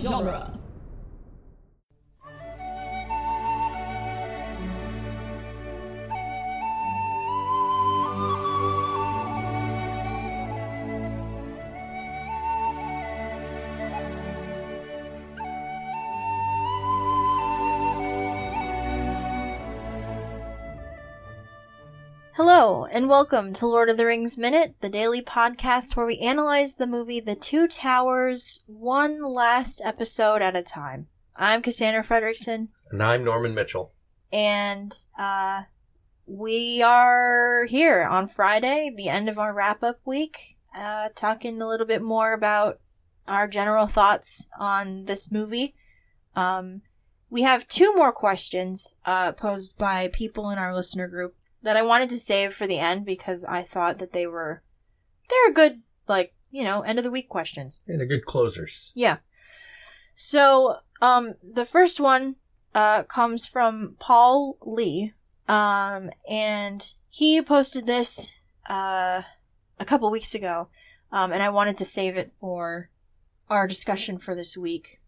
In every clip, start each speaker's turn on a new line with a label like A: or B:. A: genre.
B: Hello, and welcome to Lord of the Rings Minute, the daily podcast where we analyze the movie The Two Towers one last episode at a time. I'm Cassandra Fredrickson,
C: And I'm Norman Mitchell.
B: and uh, we are here on Friday, the end of our wrap up week, uh, talking a little bit more about our general thoughts on this movie. Um, we have two more questions uh, posed by people in our listener group that I wanted to save for the end because I thought that they were they're good, like you know, end of the week questions.
C: And they're good closers.
B: Yeah. So, um, the first one uh, comes from Paul Lee, um, and he posted this uh, a couple weeks ago, um, and I wanted to save it for our discussion for this week.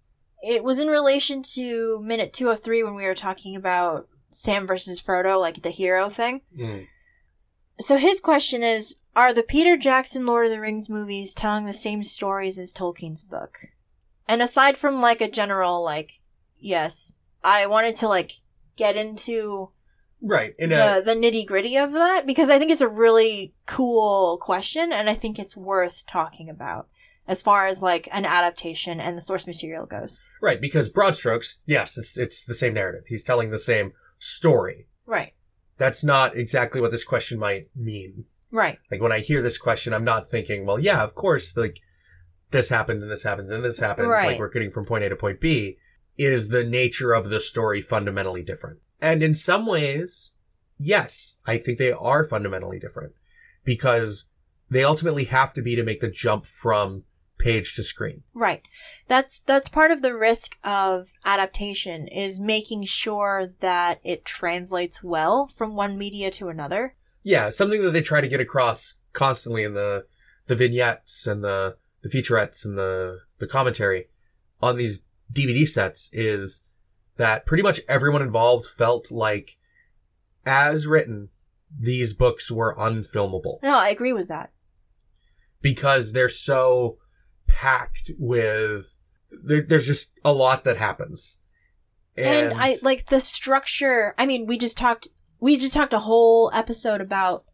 B: It was in relation to minute 203 when we were talking about Sam versus Frodo, like the hero thing.
C: Mm.
B: So his question is Are the Peter Jackson Lord of the Rings movies telling the same stories as Tolkien's book? And aside from like a general, like, yes, I wanted to like get into
C: Right. uh, In a,
B: the, the nitty gritty of that because I think it's a really cool question and I think it's worth talking about as far as like an adaptation and the source material goes.
C: right, because broad strokes, yes, it's it's the same narrative. He's telling the same story.
B: Right,
C: That's not exactly what this question might mean.
B: right,
C: Like when I hear this question, I'm not thinking, well, yeah, of course, like this happens and this happens and this happens.
B: Right.
C: Like we're getting from point A to point B. Is the nature of the story fundamentally different? And in some ways, yes, I think they are fundamentally different because they ultimately have to be to make the jump from page to screen.
B: right. That's that's part of the risk of adaptation is making sure that it translates well from one media to another.
C: Yeah, something that they try to get across constantly in the the vignettes and the the featurettes and the the commentary on these DVD sets is that pretty much everyone involved felt like as written these books were unfilmable
B: No, I agree with that.
C: because they're so packed with there, there's just a lot that happens
B: and, I like the structure. I mean, we just talked we just talked a whole episode about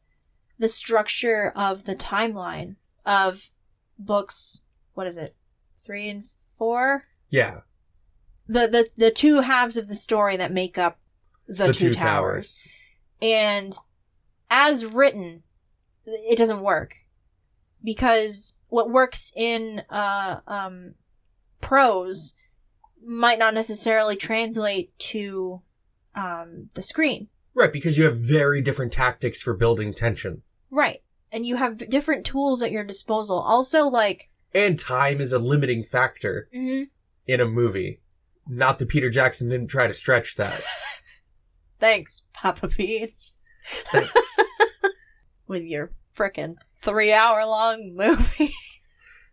B: the structure of the timeline of books. What is it? 3 and 4?
C: yeah
B: The the the two halves of the story that make up the, two, towers and as written it doesn't work because what works in uh, um, prose might not necessarily translate to um, the screen
C: right because you have very different tactics for building tension
B: right and you have different tools at your disposal also like
C: and time is a limiting factor in a movie. Not that Peter Jackson didn't try to stretch that.
B: thanks papa peach
C: Thanks.
B: with your frickin' three hour long movie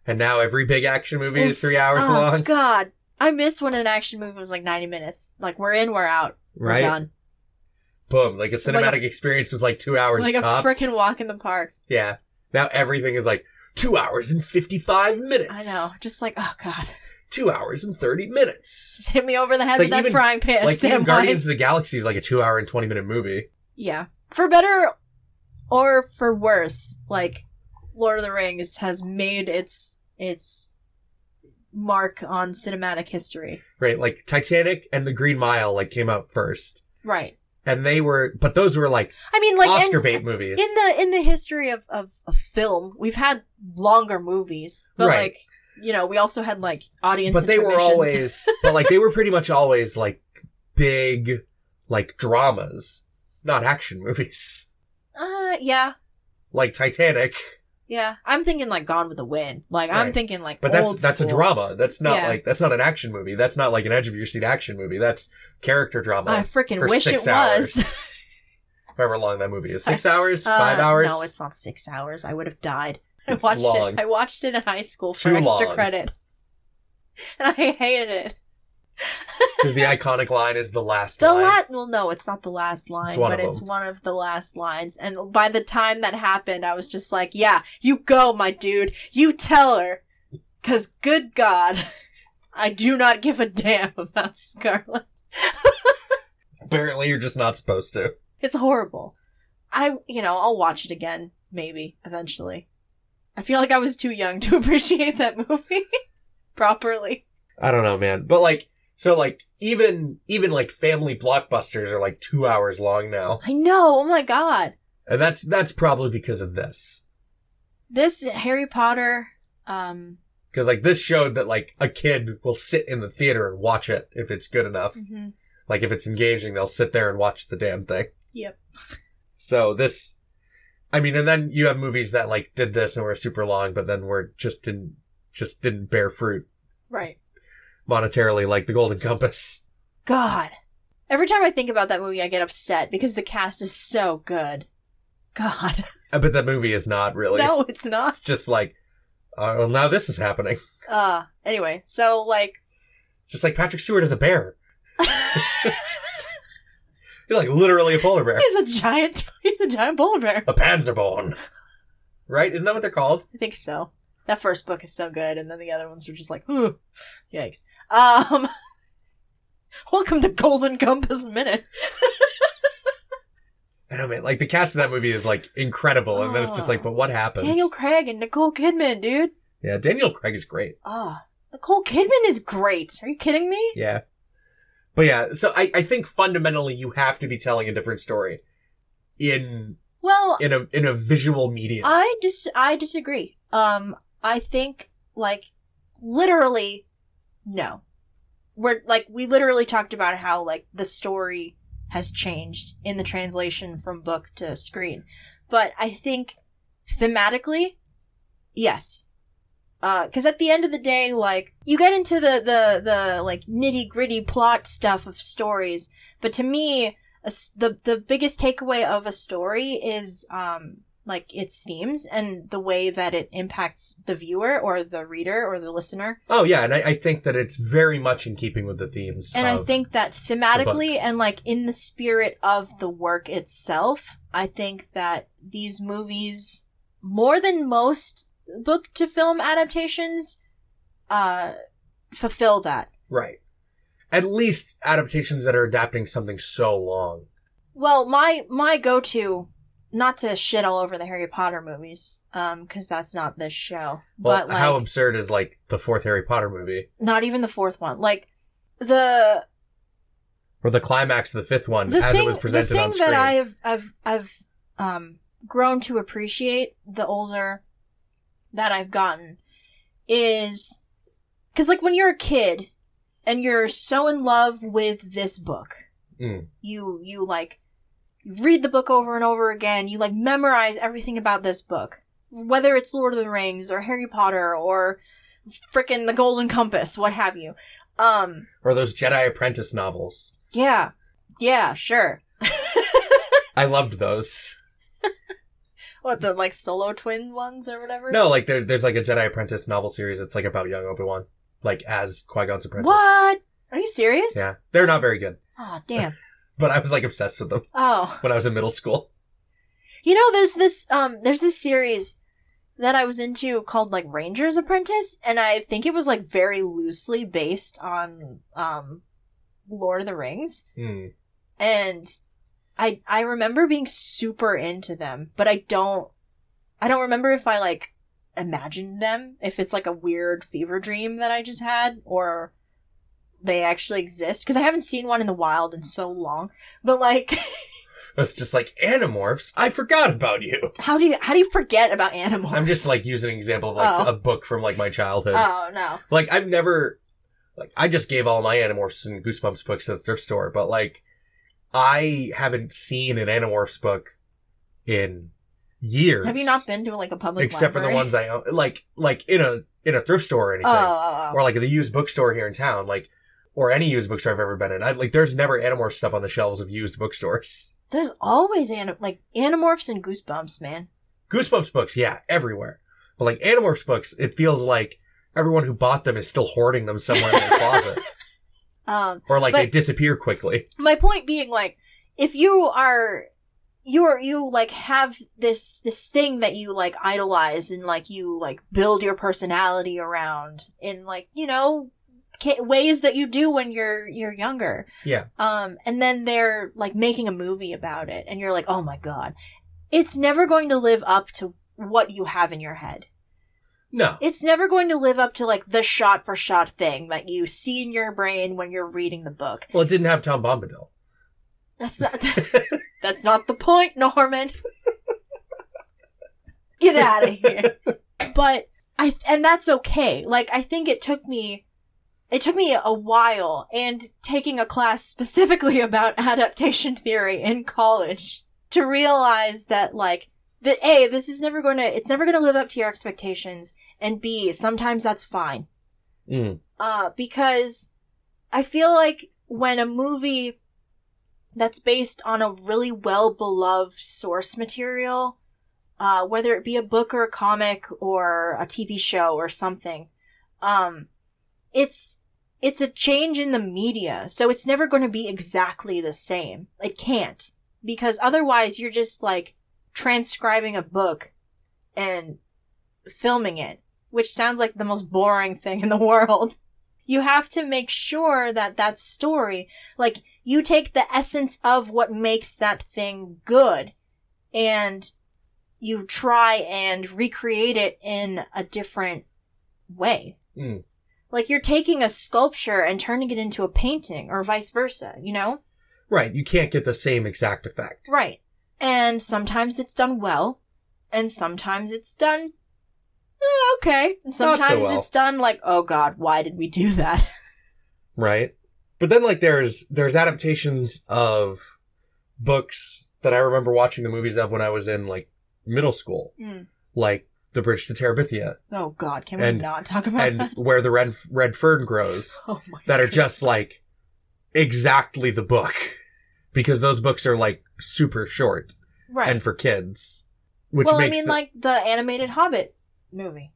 C: and now every big action movie is three hours
B: oh,
C: long,
B: god i miss when an action movie was like 90 minutes like we're in we're out we're
C: right?
B: done
C: Boom! Like a
B: oh Like a-
C: cinematic experience was like two hours
B: like a
C: tops.
B: freaking walk in the park.
C: yeah. Now everything is like two hours and fifty-five minutes.
B: I know, just like oh god,
C: Two hours and thirty minutes.
B: just hit me over the head
C: It's like
B: with that
C: even-
B: frying pan.
C: like
B: Sam
C: even Guardians
B: Wise.
C: of the Galaxy is like a two-hour and twenty-minute movie.
B: Yeah, for better or for worse, like Lord of the Rings has made its its mark on cinematic history.
C: Right. Like Titanic and The Green Mile like came out first,
B: Right.
C: and they were, but those were like,
B: I mean, like
C: Oscar
B: in,
C: bait movies.
B: in the in the history of of, of film, we've had longer movies, but
C: Right.
B: like you know, we also had like audience.
C: but they were
B: intermissions.
C: always but like they were pretty much always like big like dramas not action movies
B: Uh, yeah.
C: like titanic
B: Yeah, I'm thinking like Gone with the Wind. Like I'm
C: Right.
B: thinking like,
C: but that's
B: old
C: that's a
B: school.
C: drama that's not
B: Yeah.
C: like that's not an action movie that's not like an edge of your seat action movie that's character drama
B: I freaking
C: for
B: wish it
C: six
B: was.
C: however long that movie is six hours
B: Uh,
C: five hours
B: No, it's not six hours. I would have died. I
C: It's
B: watched
C: long.
B: it. I watched it in high school for
C: Too
B: extra
C: long.
B: credit. and I hated it.
C: Because the iconic line is the last
B: The
C: line.
B: last, well, no, it's not the last line,
C: one
B: but
C: of
B: it's
C: them.
B: one of the last lines. And by the time that happened, I was just like, "Yeah, you go, my dude. You tell her, because good God, I do not give a damn about Scarlet.
C: Apparently, you're just not supposed to.
B: It's horrible. I, you know, I'll watch it again, maybe eventually. I feel like I was too young to appreciate that movie properly.
C: I don't know, man. But like, so like, even even like family blockbusters are like two hours long now,
B: I know. Oh my God,
C: and that's that's probably because of this.
B: this Harry Potter. Um,
C: Because like this showed that like a kid will sit in the theater and watch it if it's good enough.
B: mhm.
C: Like if it's engaging, they'll sit there and watch the damn thing.
B: Yep.
C: So this, I mean, and then you have movies that like did this and were super long, but then were just didn't just didn't bear fruit
B: right.
C: monetarily, like The Golden Compass.
B: God. Every time I think about that movie, I get upset because the cast is so good. God.
C: I bet that movie is not really.
B: no, it's not.
C: It's just like, uh, well, now this is happening.
B: Uh, anyway, so, like,
C: It's just like Patrick Stewart is a bear. He's like literally a polar bear,
B: he's a giant, he's a giant polar bear.
C: a Panzerborn. Right? Isn't that what they're called?
B: I think so. That first book is so good, and then the other ones are just like, "Ugh, yikes. Um, welcome to Golden Compass Minute.
C: I know, man. Like the cast of that movie is like incredible, and then it's just like, but what happened?
B: Daniel Craig and Nicole Kidman, dude.
C: yeah, Daniel Craig is great.
B: Ah, Nicole Kidman is great. Are you kidding me?
C: Yeah. But yeah, so I, I think fundamentally you have to be telling a different story in
B: Well,
C: in a in a visual medium.
B: I dis I disagree. Um, I think like literally, no. We're like we literally talked about how like the story has changed in the translation from book to screen, but I think thematically, yes. Because at the end of the day, like you get into the the the like nitty gritty plot stuff of stories, but to me, a s the the biggest takeaway of a story is um like its themes and the way that it impacts the viewer or the reader or the listener.
C: oh yeah, and I, I think that it's very much in keeping with the themes.
B: And I
C: of-
B: think that thematically and like in the spirit of the work itself, I think that these movies, more than most book to film adaptations, uh, fulfill that.
C: right. At least adaptations that are adapting something so long.
B: Well, my my go to, not to shit all over the Harry Potter movies, um, because that's not this show.
C: Well,
B: but like,
C: how absurd is like the fourth Harry Potter movie
B: not even the fourth one. Like the
C: or the climax of the fifth one
B: the
C: as
B: thing,
C: it was presented
B: the thing
C: on screen?
B: that I've I've I've um, grown to appreciate the older that I've gotten is because like when you're a kid and you're so in love with this book,
C: Mm.
B: you you like read the book over and over again. You like memorize everything about this book, whether it's Lord of the Rings or Harry Potter or frickin' the Golden Compass, what have you. Um,
C: Or those Jedi Apprentice novels.
B: yeah, yeah, sure.
C: I loved those.
B: What the like solo twin ones or whatever?
C: No, like there, there's like a Jedi Apprentice novel series. that's like about young Obi Wan, like as Qui Gon's apprentice.
B: What? Are you serious?
C: Yeah, they're not very good,
B: Oh damn.
C: but I was like obsessed with them
B: Oh,
C: when I was in middle school.
B: you know, there's this um, there's this series that I was into called like Ranger's Apprentice, and I think it was like very loosely based on um, Lord of the Rings,
C: Hmm.
B: and I I remember being super into them, but I don't I don't remember if I like imagined them, if it's like a weird fever dream that I just had, or they actually exist because I haven't seen one in the wild in so long. But like.
C: It's just like Animorphs. I forgot about you.
B: How do you how do you forget about animals?
C: I'm just like using an example of like
B: Oh.
C: a book from like my childhood.
B: oh no.
C: Like I've never, like I just gave all my Animorphs and Goosebumps books at the thrift store, but like I haven't seen an Animorphs book in years.
B: Have you not been to like a public
C: except for the
B: library?
C: ones I own, like like in a in a thrift store or anything.
B: Oh, oh, oh.
C: or like at the used bookstore here in town, like or any used bookstore I've ever been in. I, like there's never Animorphs stuff on the shelves of used bookstores.
B: There's always anim- like animorphs and goosebumps, man.
C: Goosebumps books, yeah, everywhere. But like Animorphs books, it feels like everyone who bought them is still hoarding them somewhere in their closet,
B: Um,
C: or like
B: But-
C: they disappear quickly.
B: my point being, like, if you are, you are, you like have this this thing that you like idolize and like you like build your personality around in like you know ca- ways that you do when you're you're younger.
C: Yeah,
B: Um, and then they're like making a movie about it, and you're like, oh my god, it's never going to live up to what you have in your head.
C: no,
B: It's never going to live up to like the shot for shot thing that you see in your brain when you're reading the book.
C: well, it didn't have Tom Bombadil.
B: That's not that's not the point, Norman. Get out of here. But I and that's okay. Like I think it took me it took me a while and taking a class specifically about adaptation theory in college to realize that like that A, this is never going to it's never going to live up to your expectations and B, sometimes that's fine
C: Mm.
B: uh, because I feel like when a movie that's based on a really well beloved source material, uh, whether it be a book or a comic or a TV show or something, um, it's it's a change in the media, so it's never going to be exactly the same. It can't because otherwise you're just like transcribing a book and filming it, which sounds like the most boring thing in the world you have to make sure that that story like you take the essence of what makes that thing good and you try and recreate it in a different way
C: Mm.
B: like you're taking a sculpture and turning it into a painting or vice versa you know
C: Right, you can't get the same exact effect.
B: right and sometimes it's done well and sometimes it's done eh, okay and
C: so
B: sometimes
C: well.
B: it's done like oh god why did we do that
C: right but then like there's there's adaptations of books that i remember watching the movies of when i was in like middle school
B: Mm.
C: like the bridge to terabithia
B: Oh God, can we
C: And-
B: not talk about
C: and
B: that?
C: where the red red fern grows
B: Oh my
C: that are
B: God.
C: just like exactly the book because those books are like super short
B: right.
C: and for kids which
B: well, I
C: makes
B: mean,
C: the-
B: like the animated Hobbit movie,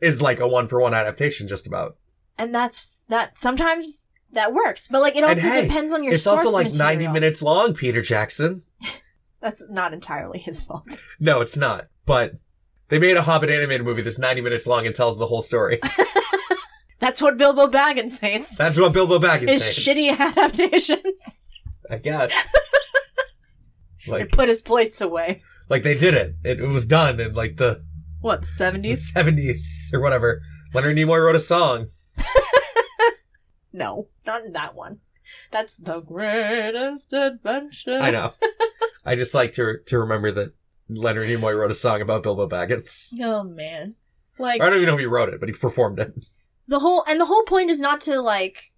C: is like a one for one adaptation just about
B: and that's that. Sometimes that works, but like it
C: And
B: also
C: hey,
B: depends on your.
C: it's also
B: source
C: like 90
B: material.
C: minutes long peter jackson
B: That's not entirely his fault.
C: No, it's not. But they made a Hobbit animated movie that's 90 minutes long and tells the whole story.
B: That's what Bilbo Baggins hates.
C: That's what Bilbo Baggins
B: His
C: said,
B: shitty adaptations.
C: I guess. like,
B: Put his plates away.
C: like they did it. it. It was done in like the
B: What the
C: the
B: seventies?
C: 70s or whatever. Leonard Nimoy wrote a song.
B: No, not in that one. That's the greatest adventure.
C: I know. I just like to to remember that Leonard Nimoy wrote a song about Bilbo Baggins.
B: Oh man, like
C: I don't even know if he wrote it, but he performed it.
B: the whole and the whole point is not to like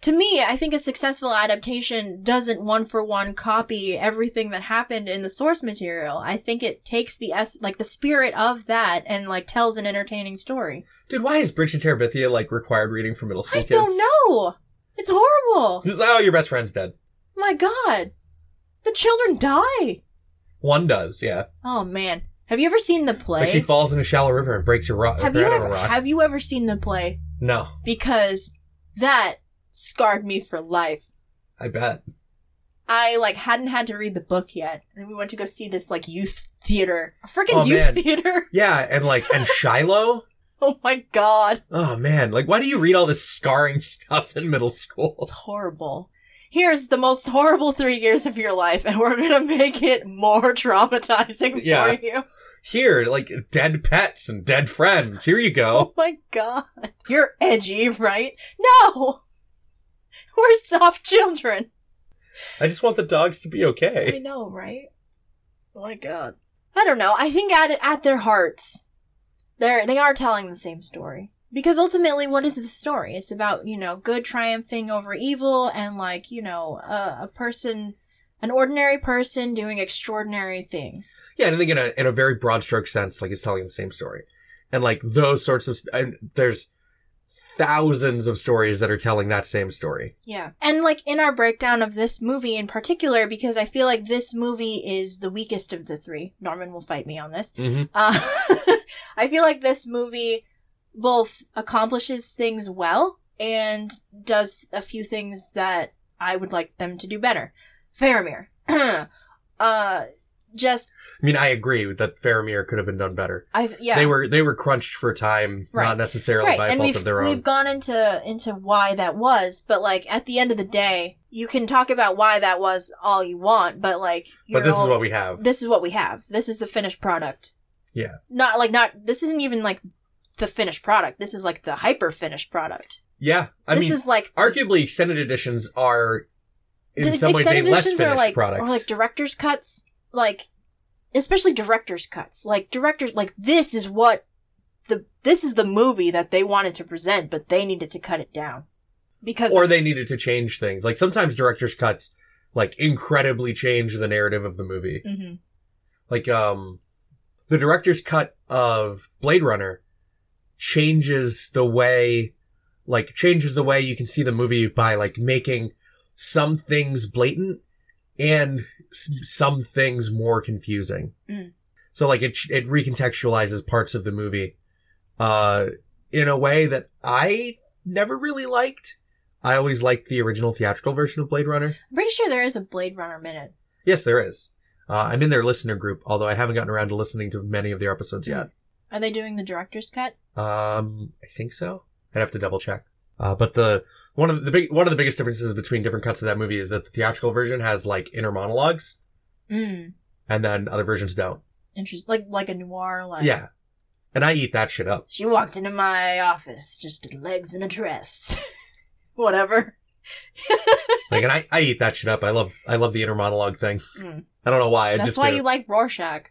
B: to me i think a successful adaptation doesn't one for one copy everything that happened in the source material i think it takes the s like the spirit of that and like tells an entertaining story
C: Dude, why is Bridge to Terabithia like required reading for middle school
B: i
C: kids?
B: don't know it's horrible
C: Just, oh, your best friend's dead.
B: my god the children die
C: One does, yeah.
B: oh man have you ever seen the play
C: Like she falls in a shallow river and breaks her rock.
B: have
C: her
B: you
C: head on a
B: ever
C: rock.
B: have you ever seen the play
C: No,
B: because that scarred me for life
C: I bet.
B: I like hadn't had to read the book yet, and we went to go see this like youth theater, a freaking
C: Oh,
B: youth
C: man.
B: theater.
C: Yeah, and like, and Shiloh?
B: Oh my god,
C: Oh man, like, why do you read all this scarring stuff in middle school?
B: it's horrible. Here's the most horrible three years of your life, and we're gonna make it more traumatizing
C: Yeah.
B: for you. Oh
C: Here, like, dead pets and dead friends. Here you go.
B: Oh my god, you're edgy, right? No, we're soft children.
C: I just want the dogs to be
B: I
C: okay.
B: know, right? Oh my god, I don't know. I think at at their hearts, they're they are telling the same story because ultimately what is the story it's about you know good triumphing over evil and like you know a, a person an ordinary person doing extraordinary things
C: Yeah, and I think in a, in a very broad stroke sense, like, it's telling the same story. And like, those sorts of, and there's thousands of stories that are telling that same story.
B: yeah and like in our breakdown of this movie in particular because i feel like this movie is the weakest of the three norman will fight me on this
C: Mm-hmm.
B: Uh, I feel like this movie both accomplishes things well and does a few things that I would like them to do better. Faramir. uh just
C: I mean, I agree that Faramir could have been done better.
B: I yeah.
C: They were they were crunched for time,
B: Right.
C: not necessarily
B: right.
C: by
B: and
C: fault
B: we've,
C: of their own.
B: we've gone into into why that was, but like at the end of the day, you can talk about why that was all you want, but like you
C: But this
B: know,
C: is what we have.
B: this is what we have. This is the finished product.
C: Yeah.
B: Not like not this isn't even like the finished product. This is like the hyper finished product.
C: yeah, I
B: this
C: mean,
B: is like
C: arguably extended editions are in
B: d-
C: some ways a
B: extended
C: less
B: editions
C: finished
B: are like
C: product.
B: or like director's cuts, like especially director's cuts. Like directors like this is what the this is the movie that they wanted to present, but they needed to cut it down. Because
C: or they needed to change things. Like sometimes director's cuts like incredibly change the narrative of the movie.
B: Mhm.
C: Like um the director's cut of Blade Runner changes the way like changes the way you can see the movie by like making some things blatant and s- some things more confusing.
B: Mm.
C: So like it ch- it recontextualizes parts of the movie uh in a way that I never really liked. I always liked the original theatrical version of Blade Runner.
B: I'm pretty sure there is a Blade Runner minute.
C: Yes, there is. Uh, I'm in their listener group, although I haven't gotten around to listening to many of their episodes yet.
B: Are they doing the director's cut?
C: Um, I think so. I'd have to double check. Uh, but the one of the big one of the biggest differences between different cuts of that movie is that the theatrical version has like inner monologues,
B: Mm.
C: and then other versions don't.
B: Interesting. Like like a noir like
C: Yeah, and I eat that shit up.
B: She walked into my office, just legs and a dress. Whatever.
C: Like, and I, I eat that shit up. I love I love the inner monologue thing.
B: Mm.
C: I don't know why. I
B: that's
C: just
B: why
C: do.
B: you like Rorschach.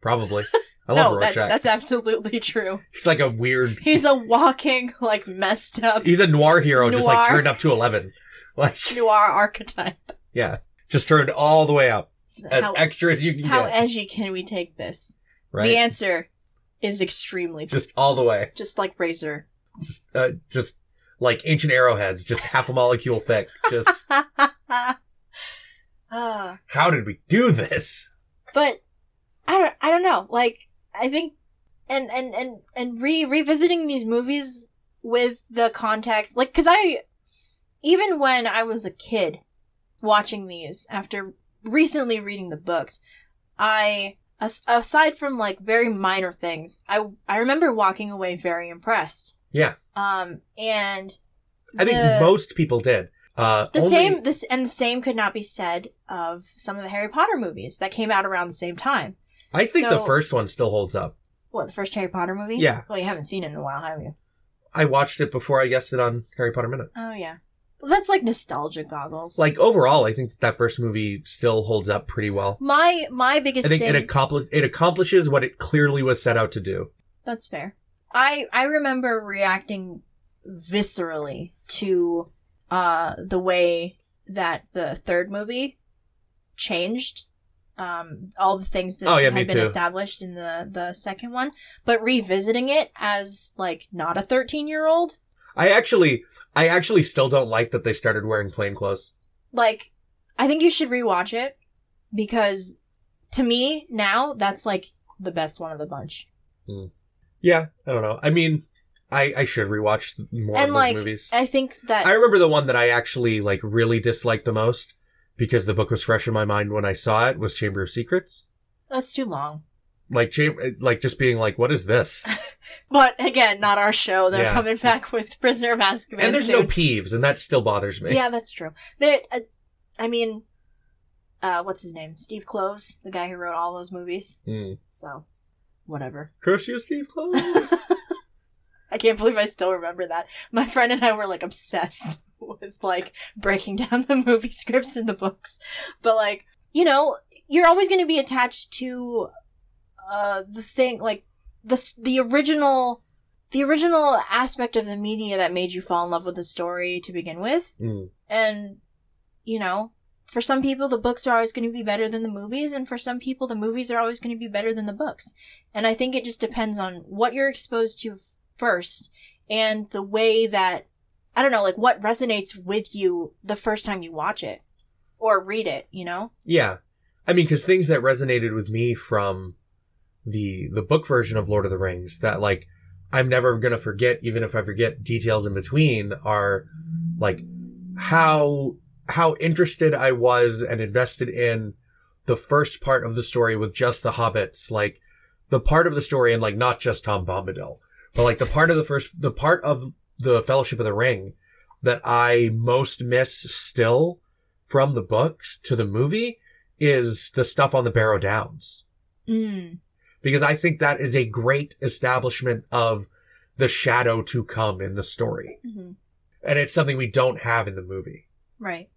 C: probably. I love
B: no,
C: Rorschach.
B: That, that's absolutely true.
C: He's like a weird.
B: He's a walking, like, messed up
C: He's a noir hero, just like
B: Noir.
C: turned up to eleven. Like,
B: noir archetype.
C: yeah, just turned all the way up
B: So
C: as
B: how
C: extra as you can
B: how
C: get.
B: edgy can we take this?
C: right,
B: The answer is extremely just,
C: just all the way.
B: like Razor.
C: Just, uh, just like ancient arrowheads, just half a molecule thick. Just
B: Ah.
C: how did we do this?
B: but I don't, I don't know. Like I think, and and and and re revisiting these movies with the context, like because I, even when I was a kid, watching these after recently reading the books, I as- aside from like very minor things, I I remember walking away very impressed.
C: Yeah.
B: Um and
C: I think
B: the-
C: most people did. Uh,
B: the
C: only-
B: same this and the same could not be said of some of the Harry Potter movies that came out around the same time.
C: I think the
B: so-
C: first one still holds up.
B: What, the first Harry Potter movie?
C: Yeah.
B: Well, you haven't seen it in a while, have you?
C: I watched it before I guessed it on Harry Potter Minute.
B: Oh, yeah. Well, that's like nostalgia goggles.
C: Like overall, I think that first movie still holds up pretty well.
B: my my
C: I
B: biggest
C: think
B: thing.
C: it accompli- it accomplishes what it clearly was set out to do.
B: that's fair. I I remember reacting viscerally to uh the way that the third movie changed um all the things that
C: Oh, yeah, me
B: had been
C: too.
B: established in the the second one but revisiting it as like not a 13 year old
C: I actually, I actually still don't like that they started wearing plain clothes.
B: like I think you should rewatch it because to me now that's like the best one of the bunch.
C: Yeah, I don't know. I mean, I I should rewatch more
B: And, uh,
C: of those
B: like,
C: movies.
B: I think that
C: I remember the one that I actually like really disliked the most because the book was fresh in my mind when I saw it was Chamber of Secrets.
B: that's too long.
C: Like chamber, like just being like, what is this?
B: But again, not our show. They're
C: Yeah.
B: coming back with Prisoner of Azkaban.
C: and there's no
B: soon.
C: peeves, and that still bothers me.
B: Yeah, that's true. There, uh, I mean, uh, what's his name? Steve Cloves, the guy who wrote all those movies.
C: Hmm.
B: So, whatever.
C: Curse you, Steve Close.
B: I can't believe I still remember that. My friend and I were like obsessed with like breaking down the movie scripts and the books. But like, you know, you're always going to be attached to uh the thing like the s- the original the original aspect of the media that made you fall in love with the story to begin with.
C: Hmm.
B: And you know, for some people the books are always going to be better than the movies and for some people the movies are always going to be better than the books. And I think it just depends on what you're exposed to first and the way that, I don't know, like what resonates with you the first time you watch it or read it, you know?
C: Yeah. I mean, because things that resonated with me from the the book version of Lord of the Rings that like I'm never going to forget, even if I forget details in between, are like how, how interested I was and invested in the first part of the story with just the hobbits, like the part of the story and like not just Tom Bombadil, but like the part of the first, the part of the Fellowship of the Ring that I most miss still from the books to the movie is the stuff on the Barrow Downs
B: Mm.
C: because I think that is a great establishment of the shadow to come in the story.
B: hmm
C: And it's something we don't have in the movie.
B: Right.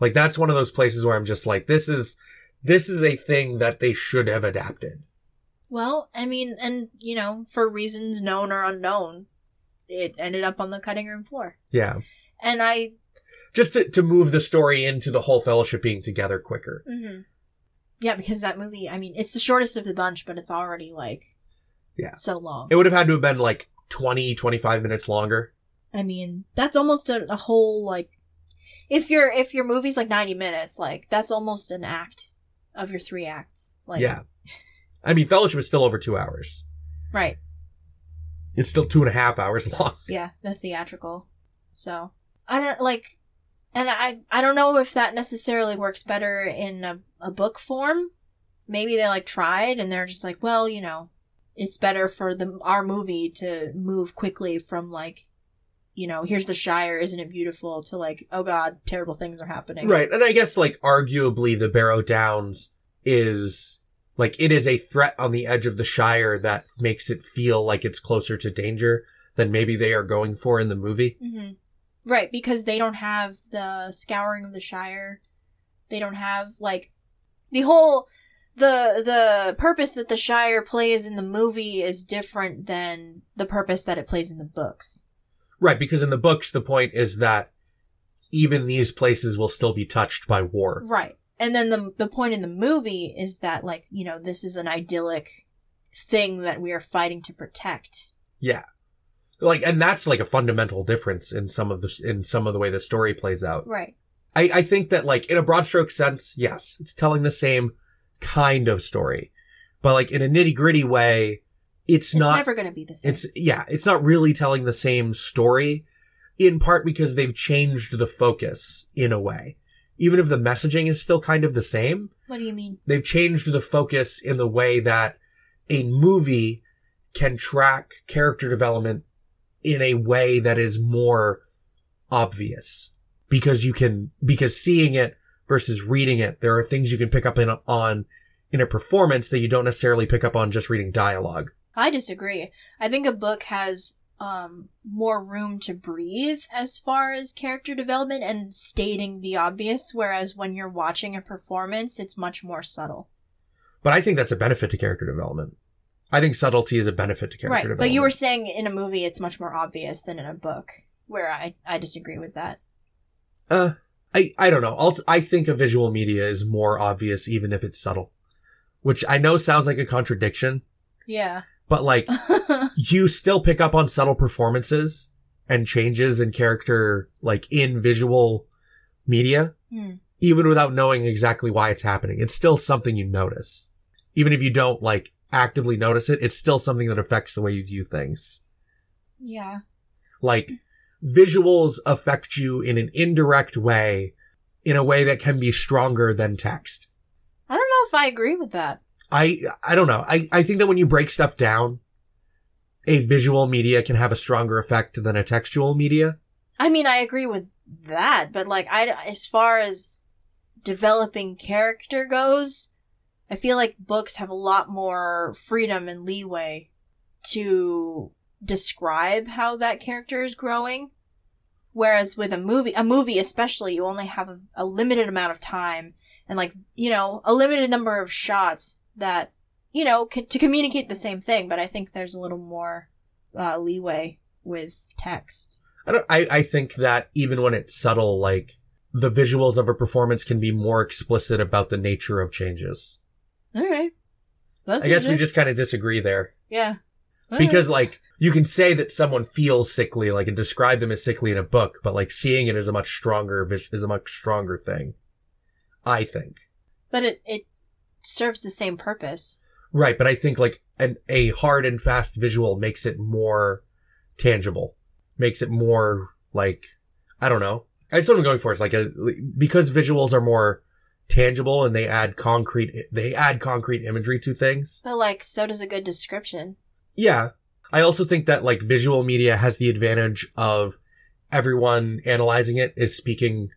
C: Like that's one of those places where I'm just like, this is, this is a thing that they should have adapted.
B: Well, I mean, and you know, for reasons known or unknown, it ended up on the cutting room floor.
C: Yeah.
B: And I,
C: Just to, to move the story into the whole fellowship being together quicker.
B: mhm. yeah, because that movie, I mean, it's the shortest of the bunch, but it's already like,
C: Yeah.
B: so long.
C: It would have had to have been like 20, 25 minutes longer.
B: I mean, that's almost a, a whole like, if your if your movie's like ninety minutes, like that's almost an act of your three acts. Like,
C: yeah. I mean, fellowship is still over two hours.
B: right,
C: It's still two and a half hours long.
B: yeah, the theatrical. So I don't like, and I I don't know if that necessarily works better in a, a book form. Maybe they like tried and they're just like, well, you know, it's better for the our movie to move quickly from like, you know, here's the Shire, isn't it beautiful? To like, oh God, terrible things are happening.
C: Right. And I guess like arguably the Barrow Downs is like it is a threat on the edge of the Shire that makes it feel like it's closer to danger than maybe they are going for in the movie.
B: hmm Right, because they don't have the scouring of the Shire. They don't have like the whole the the purpose that the Shire plays in the movie is different than the purpose that it plays in the books.
C: Right, because in the books the point is that even these places will still be touched by war.
B: Right. And then the the point in the movie is that like, you know, this is an idyllic thing that we are fighting to protect.
C: Yeah. Like and that's like a fundamental difference in some of the in some of the way the story plays out.
B: Right.
C: I, I think that like in a broad stroke sense, yes, it's telling the same kind of story, but like in a nitty gritty way,
B: It's,
C: it's, not.
B: never going to be the same.
C: it's yeah, it's not really telling the same story, in part because they've changed the focus in a way. Even if the messaging is still kind of the same,
B: what do you mean?
C: they've changed the focus in the way that a movie can track character development in a way that is more obvious because you can because seeing it versus reading it there are things you can pick up in on in a performance that you don't necessarily pick up on just reading dialogue
B: I disagree. I think a book has um, more room to breathe as far as character development and stating the obvious, whereas when you're watching a performance, it's much more subtle.
C: but i think that's a benefit to character development i think subtlety is a benefit to character
B: right.
C: development
B: But you were saying in a movie, it's much more obvious than in a book, where I, I disagree with that.
C: Uh, I, I don't know. I'll, I think a visual media is more obvious, even if it's subtle, which I know sounds like a contradiction,
B: Yeah. Hmm.
C: but like you still pick up on subtle performances and changes in character, like in visual media,
B: Hmm.
C: even without knowing exactly why it's happening. It's still something you notice. Even if you don't like actively notice it, it's still something that affects the way you view things
B: Yeah.
C: like visuals affect you in an indirect way in a way that can be stronger than text
B: I don't know if I agree with that.
C: i i don't know i i think that when you break stuff down a visual media can have a stronger effect than a textual media
B: I mean, I agree with that, but like, I as far as developing character goes, I feel like books have a lot more freedom and leeway to describe how that character is growing. Whereas with a movie, a movie especially, you only have a, a limited amount of time and like, you know, a limited number of shots that, you know, c- to communicate the same thing, but I think there's a little more uh, leeway with text.
C: i don't i i think that even when it's subtle like the visuals of a performance can be more explicit about the nature of changes
B: All right. That's
C: i guess we
B: legit.
C: just kind of disagree there
B: yeah. All
C: because like you can say that someone feels sickly like and describe them as sickly in a book but like seeing it is a much stronger vis- is a much stronger thing i think
B: right. but it it serves the same purpose.
C: Right, but I think like an a hard and fast visual makes it more tangible, makes it more like I don't know. I just what I'm going for is like a because visuals are more tangible and they add concrete they add concrete imagery to things.
B: But like, so does a good description.
C: Yeah. I also think that like visual media has the advantage of everyone analyzing it is speaking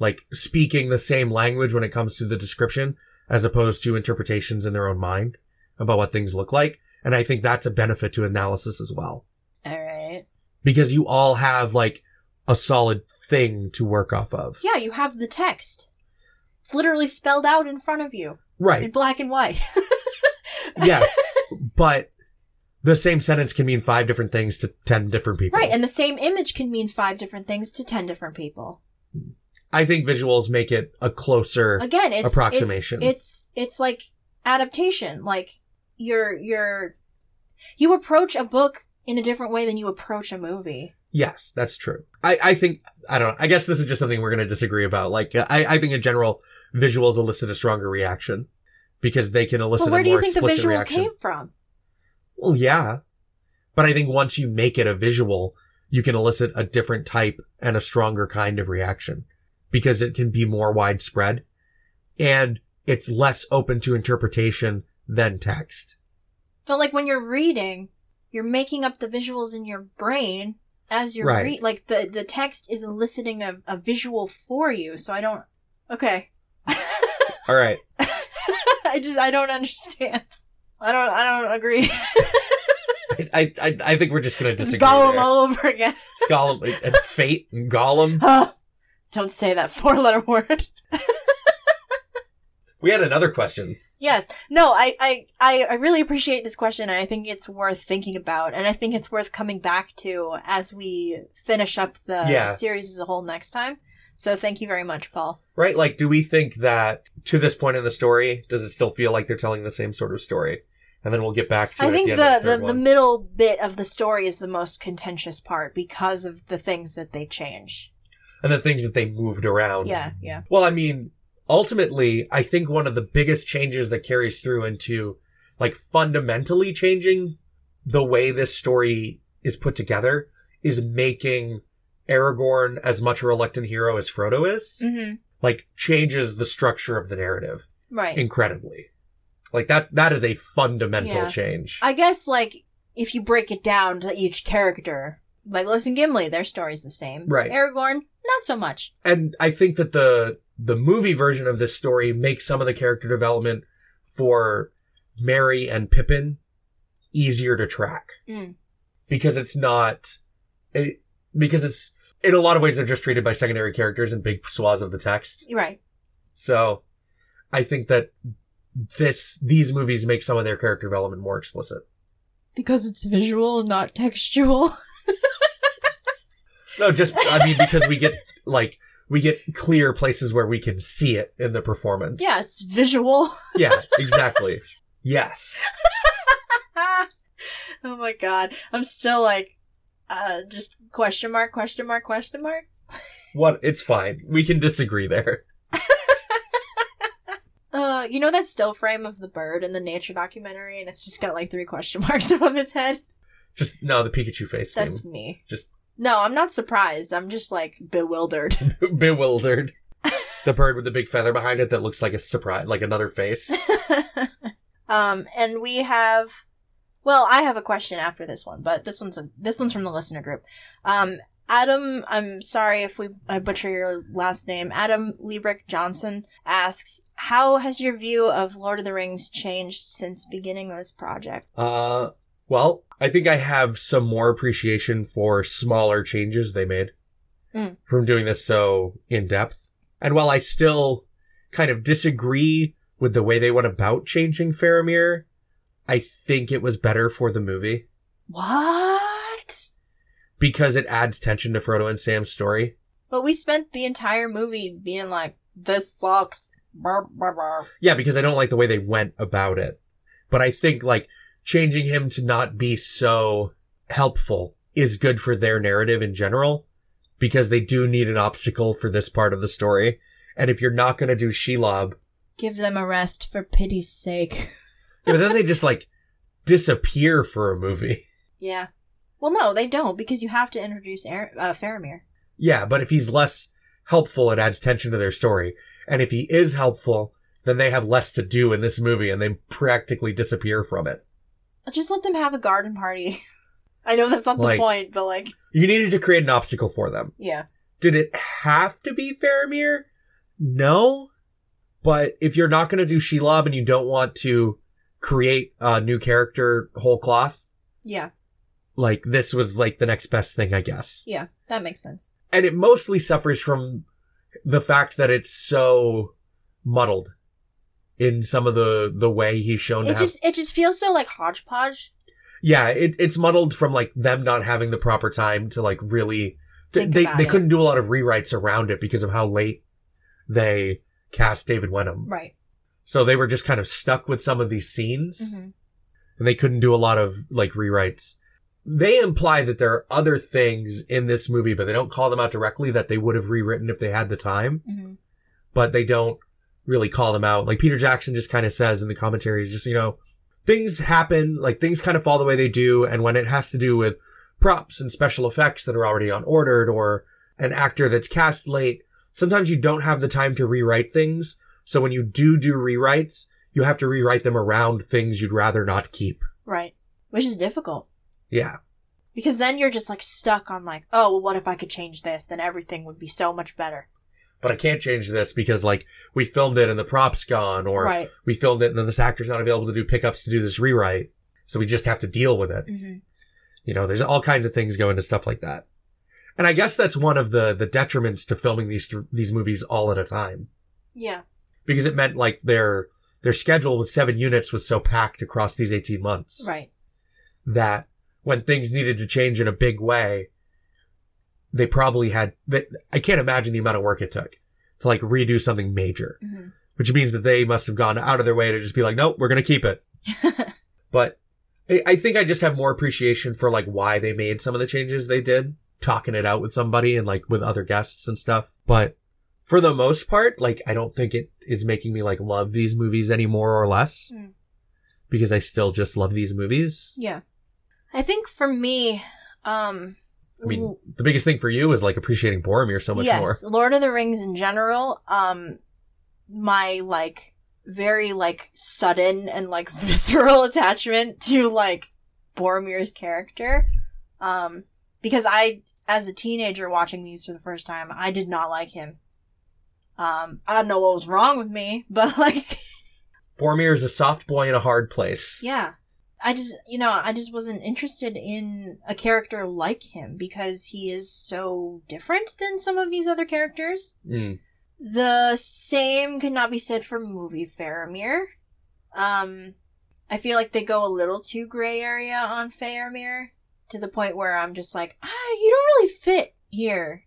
C: like speaking the same language when it comes to the description as opposed to interpretations in their own mind about what things look like. And I think that's a benefit to analysis as well
B: All right.
C: because you all have like a solid thing to work off of.
B: Yeah, you have the text. It's literally spelled out in front of you in
C: Right.
B: black and white.
C: Yes. but the same sentence can mean five different things to 10 different people.
B: right, and the same image can mean five different things to ten different people.
C: I think visuals make it a closer.
B: Again, it's
C: Approximation.
B: It's it's, it's like adaptation. Like you're you're you approach a book in a different way than you approach a movie.
C: Yes, that's true. I, I think, I don't know. I guess this is just something we're going to disagree about. Like, uh, I, I think in general, visuals elicit a stronger reaction because they can elicit
B: but where
C: a
B: do
C: more
B: you think the
C: explicit
B: visual
C: reaction.
B: came from?
C: Well, yeah. But I think once you make it a visual, you can elicit a different type and a stronger kind of reaction because it can be more widespread and it's less open to interpretation than text.
B: But like when you're reading, you're making up the visuals in your brain as you're
C: Right.
B: read. Like the the text is eliciting a, a visual for you. So I don't. Okay.
C: All right.
B: I just I don't understand. I don't I don't agree.
C: I, I, I- I think we're just going to
B: It's
C: disagree.
B: Gollum
C: there.
B: all over again.
C: It's Gollum and Fate and Gollum.
B: Huh. don't say that four letter word.
C: We had another question.
B: Yes. No, I, I, I, I really appreciate this question and I think it's worth thinking about and I think it's worth coming back to as we finish up the
C: Yeah.
B: series as a whole next time. So thank you very much, Paul.
C: Right? Like, do we think that to this point in the story, does it still feel like they're telling the same sort of story? And then we'll get back to it
B: I
C: at
B: think
C: the, end
B: the,
C: of the,
B: the,
C: third
B: the
C: one.
B: middle bit of the story is the most contentious part because of the things that they change.
C: and the things that they moved around.
B: Yeah, yeah.
C: Well, I mean, ultimately, I think one of the biggest changes that carries through into like fundamentally changing the way this story is put together is making Aragorn as much a reluctant hero as Frodo is.
B: Mm-hmm.
C: Like changes the structure of the narrative
B: Right.
C: incredibly. Like that that is a fundamental
B: Yeah.
C: change.
B: I guess like if you break it down to each character, like Lois and Gimli, their story's the same.
C: Right.
B: Aragorn, not so much.
C: and I think that the the movie version of this story makes some of the character development for Mary and Pippin easier to track
B: Mm.
C: because it's not it, because it's in a lot of ways they're just treated by secondary characters in big swaths of the text.
B: You're right.
C: So I think that this these movies make some of their character development more explicit.
B: Because it's visual, not textual.
C: No, just I mean because we get like we get clear places where we can see it in the performance.
B: yeah, it's visual.
C: Yeah, exactly. yes.
B: oh my god. I'm still like uh just question mark, question mark, question mark.
C: What? It's fine. We can disagree there.
B: Uh, you know that still frame of the bird in the nature documentary, and it's just got like three question marks above its head.
C: Just no, the Pikachu face
B: That's me.
C: Just-
B: no, I'm not surprised. I'm just like bewildered.
C: meme. Bewildered. The bird with the big feather behind it that looks like a surprise, like another face.
B: um, and we have, well, I have a question after this one, but this one's a, this one's from the listener group. Um, Adam, I'm sorry if we I butcher your last name. Adam Liebrich Johnson asks, "How has your view of Lord of the Rings changed since beginning this project?"
C: Uh, well, I think I have some more appreciation for smaller changes they made
B: Mm.
C: from doing this so in depth. And while I still kind of disagree with the way they went about changing Faramir, I think it was better for the movie
B: What?
C: because it adds tension to Frodo and Sam's story.
B: But we spent the entire movie being like, "This sucks." Brr, brr, brr.
C: Yeah, because I don't like the way they went about it. But I think like changing him to not be so helpful is good for their narrative in general because they do need an obstacle for this part of the story. And if you're not going to do Shelob,
B: Give them a rest for pity's sake.
C: but then they just like disappear for a movie.
B: Yeah. Well, no, they don't because you have to introduce Air- uh, Faramir.
C: Yeah, but if he's less helpful, it adds tension to their story. And if he is helpful, then they have less to do in this movie and they practically disappear from it.
B: Just let them have a garden party. I know that's not
C: Like-
B: the point, but like,
C: You needed to create an obstacle for them.
B: yeah,
C: Did it have to be Faramir? No. But if you're not going to do Shelob and you don't want to create a new character whole cloth,
B: yeah,
C: like this was like the next best thing, I guess.
B: yeah. That makes sense.
C: And it mostly suffers from the fact that it's so muddled in some of the the way he's shown to
B: It
C: have
B: just it just feels so like hodgepodge.
C: yeah it, it's muddled from like them not having the proper time to like really th-
B: Think
C: they
B: about
C: they
B: it.
C: couldn't do a lot of rewrites around it because of how late they cast david wenham
B: Right.
C: so they were just kind of stuck with some of these scenes
B: hmm
C: and they couldn't do a lot of like rewrites they imply that there are other things in this movie but they don't call them out directly that they would have rewritten if they had the time
B: hmm
C: but they don't really call them out. Like Peter Jackson just kind of says in the commentaries, just, you know, things happen, like things kind of fall the way they do. And when it has to do with props and special effects that are already on ordered or an actor that's cast late, sometimes you don't have the time to rewrite things. So when you do do rewrites, you have to rewrite them around things you'd rather not keep.
B: Right. Which is difficult
C: Yeah.
B: because then you're just like stuck on like, oh, well, what if I could change this? Then everything would be so much better.
C: But I can't change this because like we filmed it and the props gone or
B: right.
C: we filmed it and then this actor's not available to do pickups to do this rewrite. So we just have to deal with it.
B: hmm
C: You know, there's all kinds of things go into stuff like that. And I guess that's one of the the detriments to filming these th- these movies all at a time
B: Yeah.
C: because it meant like their their schedule with seven units was so packed across these 18 months
B: Right.
C: that when things needed to change in a big way they probably had they, I can't imagine the amount of work it took to like redo something major
B: hmm
C: which means that they must have gone out of their way to just be like nope we're going to keep it but I, I think I just have more appreciation for like why they made some of the changes they did, talking it out with somebody and like with other guests and stuff. But for the most part, like I don't think it is making me like love these movies any more or less
B: Mm.
C: because I still just love these movies.
B: yeah. I think for me, um,
C: I mean, the biggest thing for you is like appreciating Boromir so much more.
B: yes, Lord of the Rings in general, um, my like very like sudden and like visceral attachment to like Boromir's character, um, because I as a teenager watching these for the first time, I did not like him. Um, I don't know what was wrong with me, but like,
C: Boromir is a soft boy in a hard place.
B: yeah, I just you know I just wasn't interested in a character like him because he is so different than some of these other characters.
C: Mm.
B: The same could not be said for movie Faramir. Um, I feel like they go a little too gray area on Faramir to the point where I'm just like, ah, you don't really fit here.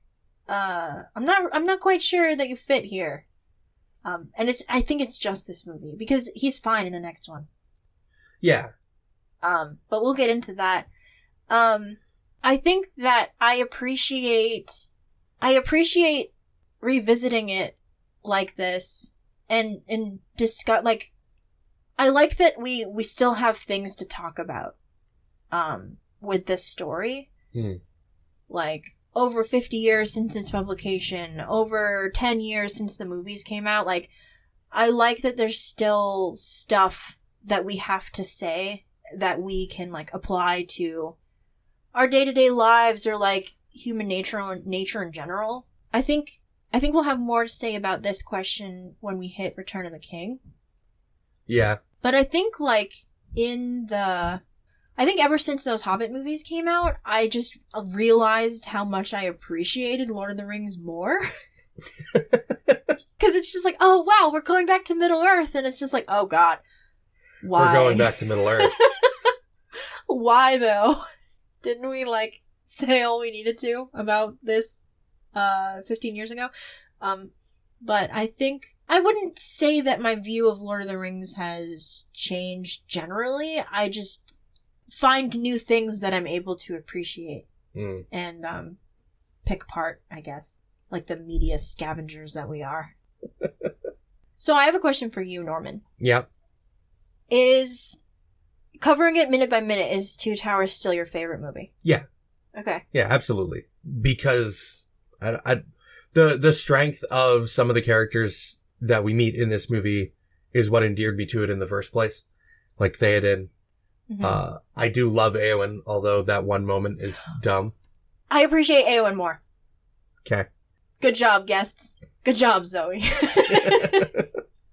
B: Uh, I'm not, I'm not quite sure that you fit here. Um, and it's, I think it's just this movie because he's fine in the next one.
C: Yeah.
B: Um, but we'll get into that. Um, I think that I appreciate, I appreciate revisiting it like this and, and discuss, like, I like that we, we still have things to talk about, um, with this story.
C: Hmm.
B: Like, over 50 years since its publication, over 10 years since the movies came out, like, I like that there's still stuff that we have to say that we can like apply to our day-to-day lives or like human nature nature in general. I think I think we'll have more to say about this question when we hit Return of the King.
C: Yeah.
B: But I think like in the I think ever since those Hobbit movies came out, I just realized how much I appreciated Lord of the Rings more. Cuz it's just like, "Oh wow, we're going back to Middle-earth." And it's just like, "Oh god. Why?"
C: We're going back to Middle Earth.
B: why though? Didn't we like say all we needed to about this uh 15 years ago? Um but I think I wouldn't say that my view of Lord of the Rings has changed generally. I just find new things that I'm able to appreciate
C: Mm.
B: and um pick apart, I guess, like the media scavengers that we are. so I have a question for you, Norman.
C: Yeah.
B: Is covering it minute by minute is Two Towers still your favorite movie?
C: Yeah.
B: Okay.
C: Yeah, absolutely. Because I, I- the the strength of some of the characters that we meet in this movie is what endeared me to it in the first place. Like Theoden.
B: Mhm.
C: Uh, I do love Eowyn, although that one moment is dumb.
B: I appreciate Eowyn more.
C: Okay.
B: Good job, guests. Good job, Zoe.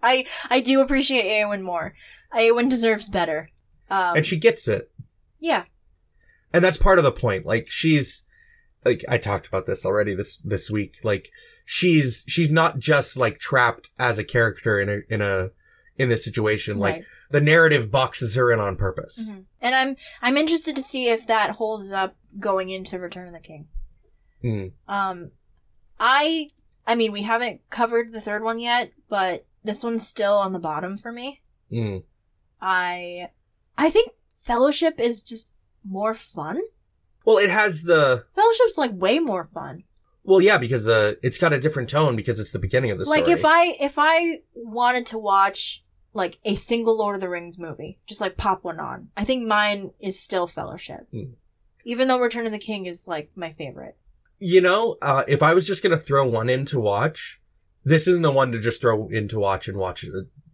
B: I I do appreciate Eowyn more. Eowyn deserves better. Um,
C: and she gets it.
B: yeah,
C: and that's part of the point like she's like i talked about this already this this week like she's she's not just like trapped as a character in a in a in this situation like
B: right.
C: the narrative boxes her in on purpose
B: Mhm. And I'm I'm interested to see if that holds up going into Return of the King.
C: Mm.
B: Um, I I mean we haven't covered the third one yet, but this one's still on the bottom for me.
C: Mm.
B: I I think Fellowship is just more fun.
C: well it has the
B: Fellowship's like way more fun.
C: well yeah because the it's got a different tone because it's the beginning of the
B: like
C: story
B: if i if i wanted to watch like a single lord of the rings movie just like pop one on i think mine is still fellowship
C: Hmm.
B: even though return of the king is like my favorite
C: you know uh if i was just gonna throw one in to watch this isn't the one to just throw in to watch and watch it-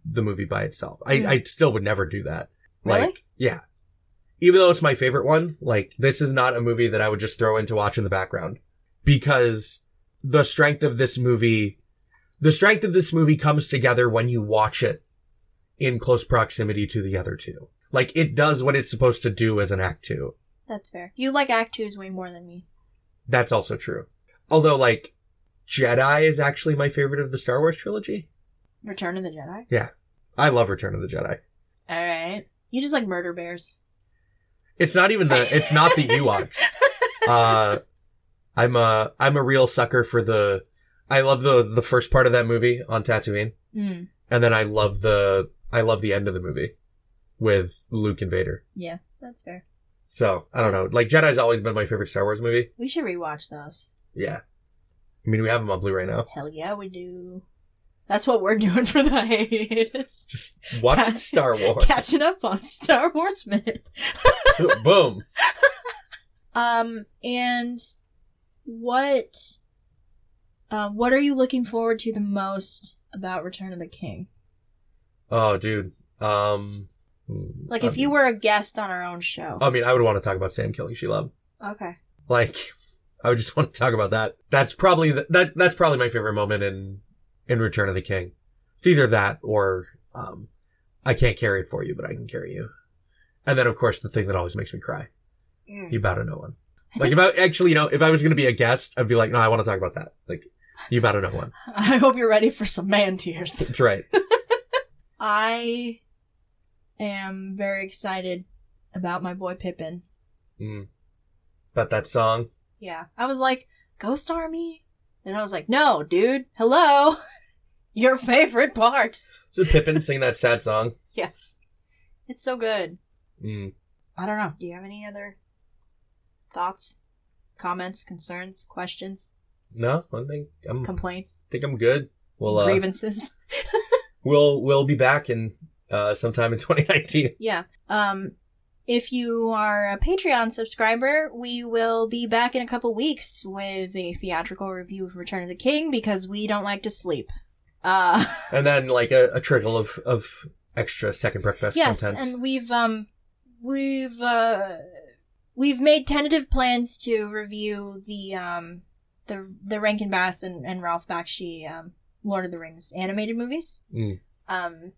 C: the movie by itself i
B: Mm.
C: i still would never do that
B: really
C: Like, yeah. Even though it's my favorite one, like, this is not a movie that I would just throw in to watch in the background because the strength of this movie, the strength of this movie comes together when you watch it in close proximity to the other two. Like, it does what it's supposed to do as an act two.
B: that's fair you like act twos way more than me
C: That's also true. Although, like, Jedi is actually my favorite of the Star Wars trilogy.
B: return of the jedi
C: I love Return of the Jedi.
B: all right you just like murder bears
C: It's not even the, it's not the Ewoks. uh, I'm a I'm a real sucker for the. I love the the first part of that movie on Tatooine,
B: mm,
C: and then I love the I love the end of the movie with Luke and Vader.
B: yeah that's fair
C: So I don't know. Like Jedi's always been my favorite Star Wars movie.
B: we should rewatch those
C: Yeah, I mean we have them on Blu-ray now.
B: hell yeah we do that's what we're doing for the hiatus
C: Just watch Star Wars.
B: catching up on star wars minute
C: Boom.
B: Um, and what, uh, what are you looking forward to the most about Return of the King?
C: Oh, dude. Um,
B: Like, if you were a guest on our own show.
C: I mean, I would want to talk about Sam killing Shelob.
B: okay.
C: Like, I would just want to talk about that. That's probably the, that. That's probably my favorite moment in in Return of the King. It's either that or um, I can't carry it for you, but I can carry you. And then, of course, the thing that always makes me cry.
B: Mm.
C: You bow to no one.
B: I
C: Like if I actually, you know, if I was going to be a guest, I'd be like, no, I want to talk about that. Like, you bow to no one.
B: I hope you're ready for some man tears.
C: That's right.
B: I am very excited about my boy Pippin.
C: Mm. But that song,
B: Yeah. I was like, Ghost Army? And I was like, no, dude. Hello. Your favorite part.
C: did Pippin sing that sad song?
B: Yes. It's so good.
C: Mm.
B: I don't know. Do you have any other thoughts, comments, concerns, questions,
C: No, I think I'm
B: complaints,
C: think I'm good. Hmm. We'll uh,
B: grievances?
C: we'll we'll be back in uh, sometime in 2019.
B: Yeah. Um, if you are a Patreon subscriber, we will be back in a couple weeks with a theatrical review of Return of the King because we don't like to sleep. Uh,
C: and then like a, a trickle of of extra second breakfast
B: yes,
C: content.
B: and we've um, we've uh, we've made tentative plans to review the um, the the Rankin Bass and, and Ralph Bakshi um, Lord of the Rings animated movies.
C: Mm.
B: Um,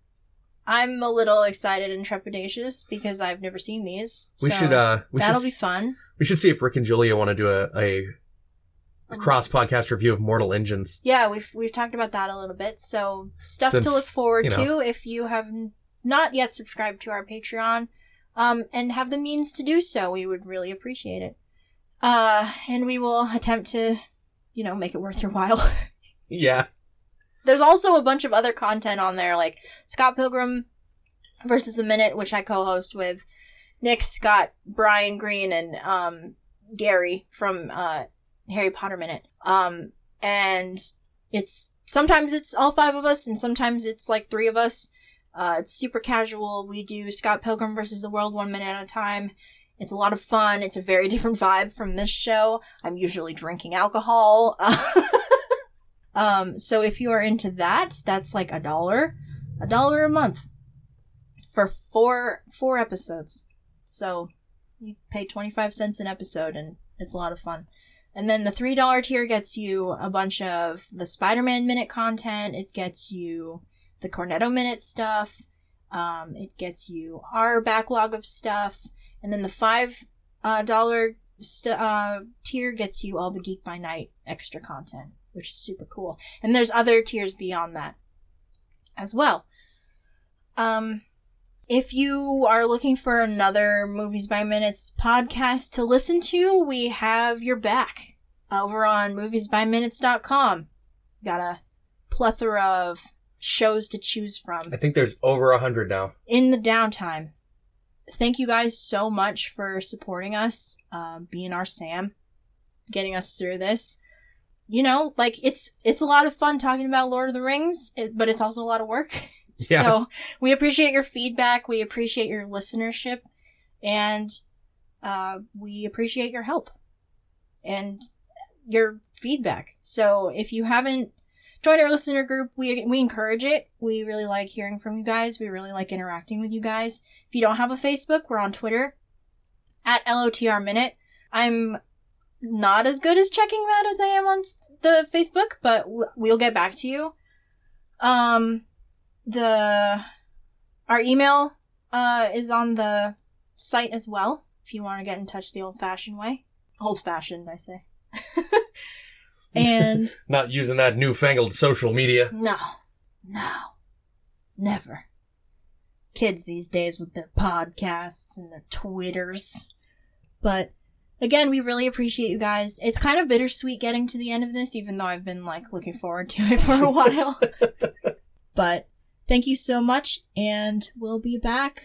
B: I'm a little excited and trepidatious because I've never seen these.
C: we
B: so
C: should uh we should
B: that'll be
C: s-
B: fun.
C: we should see if Rick and Julia want to do a a, a
B: Um,
C: cross podcast review of Mortal Engines.
B: Yeah, we've we've talked about that a little bit. So stuff
C: Since,
B: to look forward
C: you know.
B: to if you have n- not yet subscribed to our Patreon, um, and have the means to do so, we would really appreciate it. Uh, and we will attempt to, you know, make it worth your while.
C: Yeah,
B: There's also a bunch of other content on there, like Scott Pilgrim versus the Minute, which I co-host with Nick, Scott, Brian Green, and um, Gary from uh, Harry Potter Minute. Um, and it's sometimes it's all five of us, and sometimes it's like three of us. Uh, it's super casual. We do Scott Pilgrim versus the World one minute at a time. It's a lot of fun. It's a very different vibe from this show. I'm usually drinking alcohol. um, so if you are into that, that's like a dollar, a dollar a month for four four episodes. So you pay 25 cents an episode and it's a lot of fun. And then the $3 tier gets you a bunch of the Spider Man Minute content. It gets you the Cornetto Minute stuff. Um, it gets you our backlog of stuff. And then the $5 uh, dollar st- uh, tier gets you all the Geek by Night extra content, which is super cool. And there's other tiers beyond that as well. Um, if you are looking for another Movies by Minutes podcast to listen to, we have your back over on moviesbyminutes.com. Got a plethora of shows to choose from
C: I think there's over a hundred now.
B: in the downtime. Thank you guys so much for supporting us, uh, being our Sam, getting us through this. You know, like it's it's a lot of fun talking about Lord of the Rings, it, but it's also a lot of work.
C: Yeah.
B: So we appreciate your feedback, we appreciate your listenership, and uh, we appreciate your help and your feedback. So if you haven't join our listener group. We we encourage it. We really like hearing from you guys. We really like interacting with you guys. If you don't have a Facebook, we're on Twitter at LOTR Minute. I'm not as good as checking that as I am on the Facebook, but w- we'll get back to you. Um, the our email uh is on the site as well. If you want to get in touch the old-fashioned way, old-fashioned, I say. and
C: Not using that newfangled social media.
B: no, no, never. Kids these days with their podcasts and their Twitters. But again, we really appreciate you guys. It's kind of bittersweet getting to the end of this, even though I've been like looking forward to it for a while. but thank you so much, and we'll be back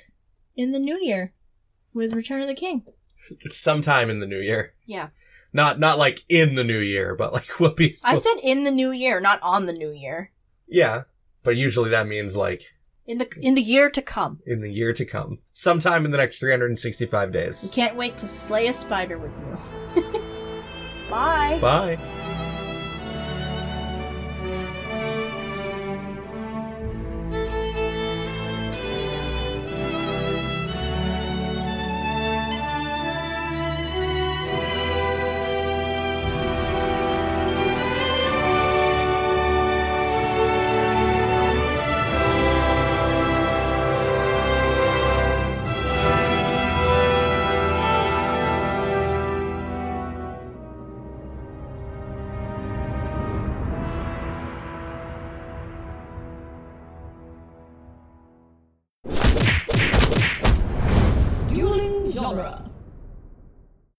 B: in the new year with Return of the King.
C: It's sometime in the new year.
B: Yeah.
C: Not not like in the new year, but like we'll be.
B: I said in the new year, not on the new year.
C: yeah, but usually that means like
B: In the in the year to come.
C: in the year to come, sometime in the next 365
B: We
C: days.
B: can't wait to slay a spider with you. Bye.
C: Bye.
A: Dueling genre.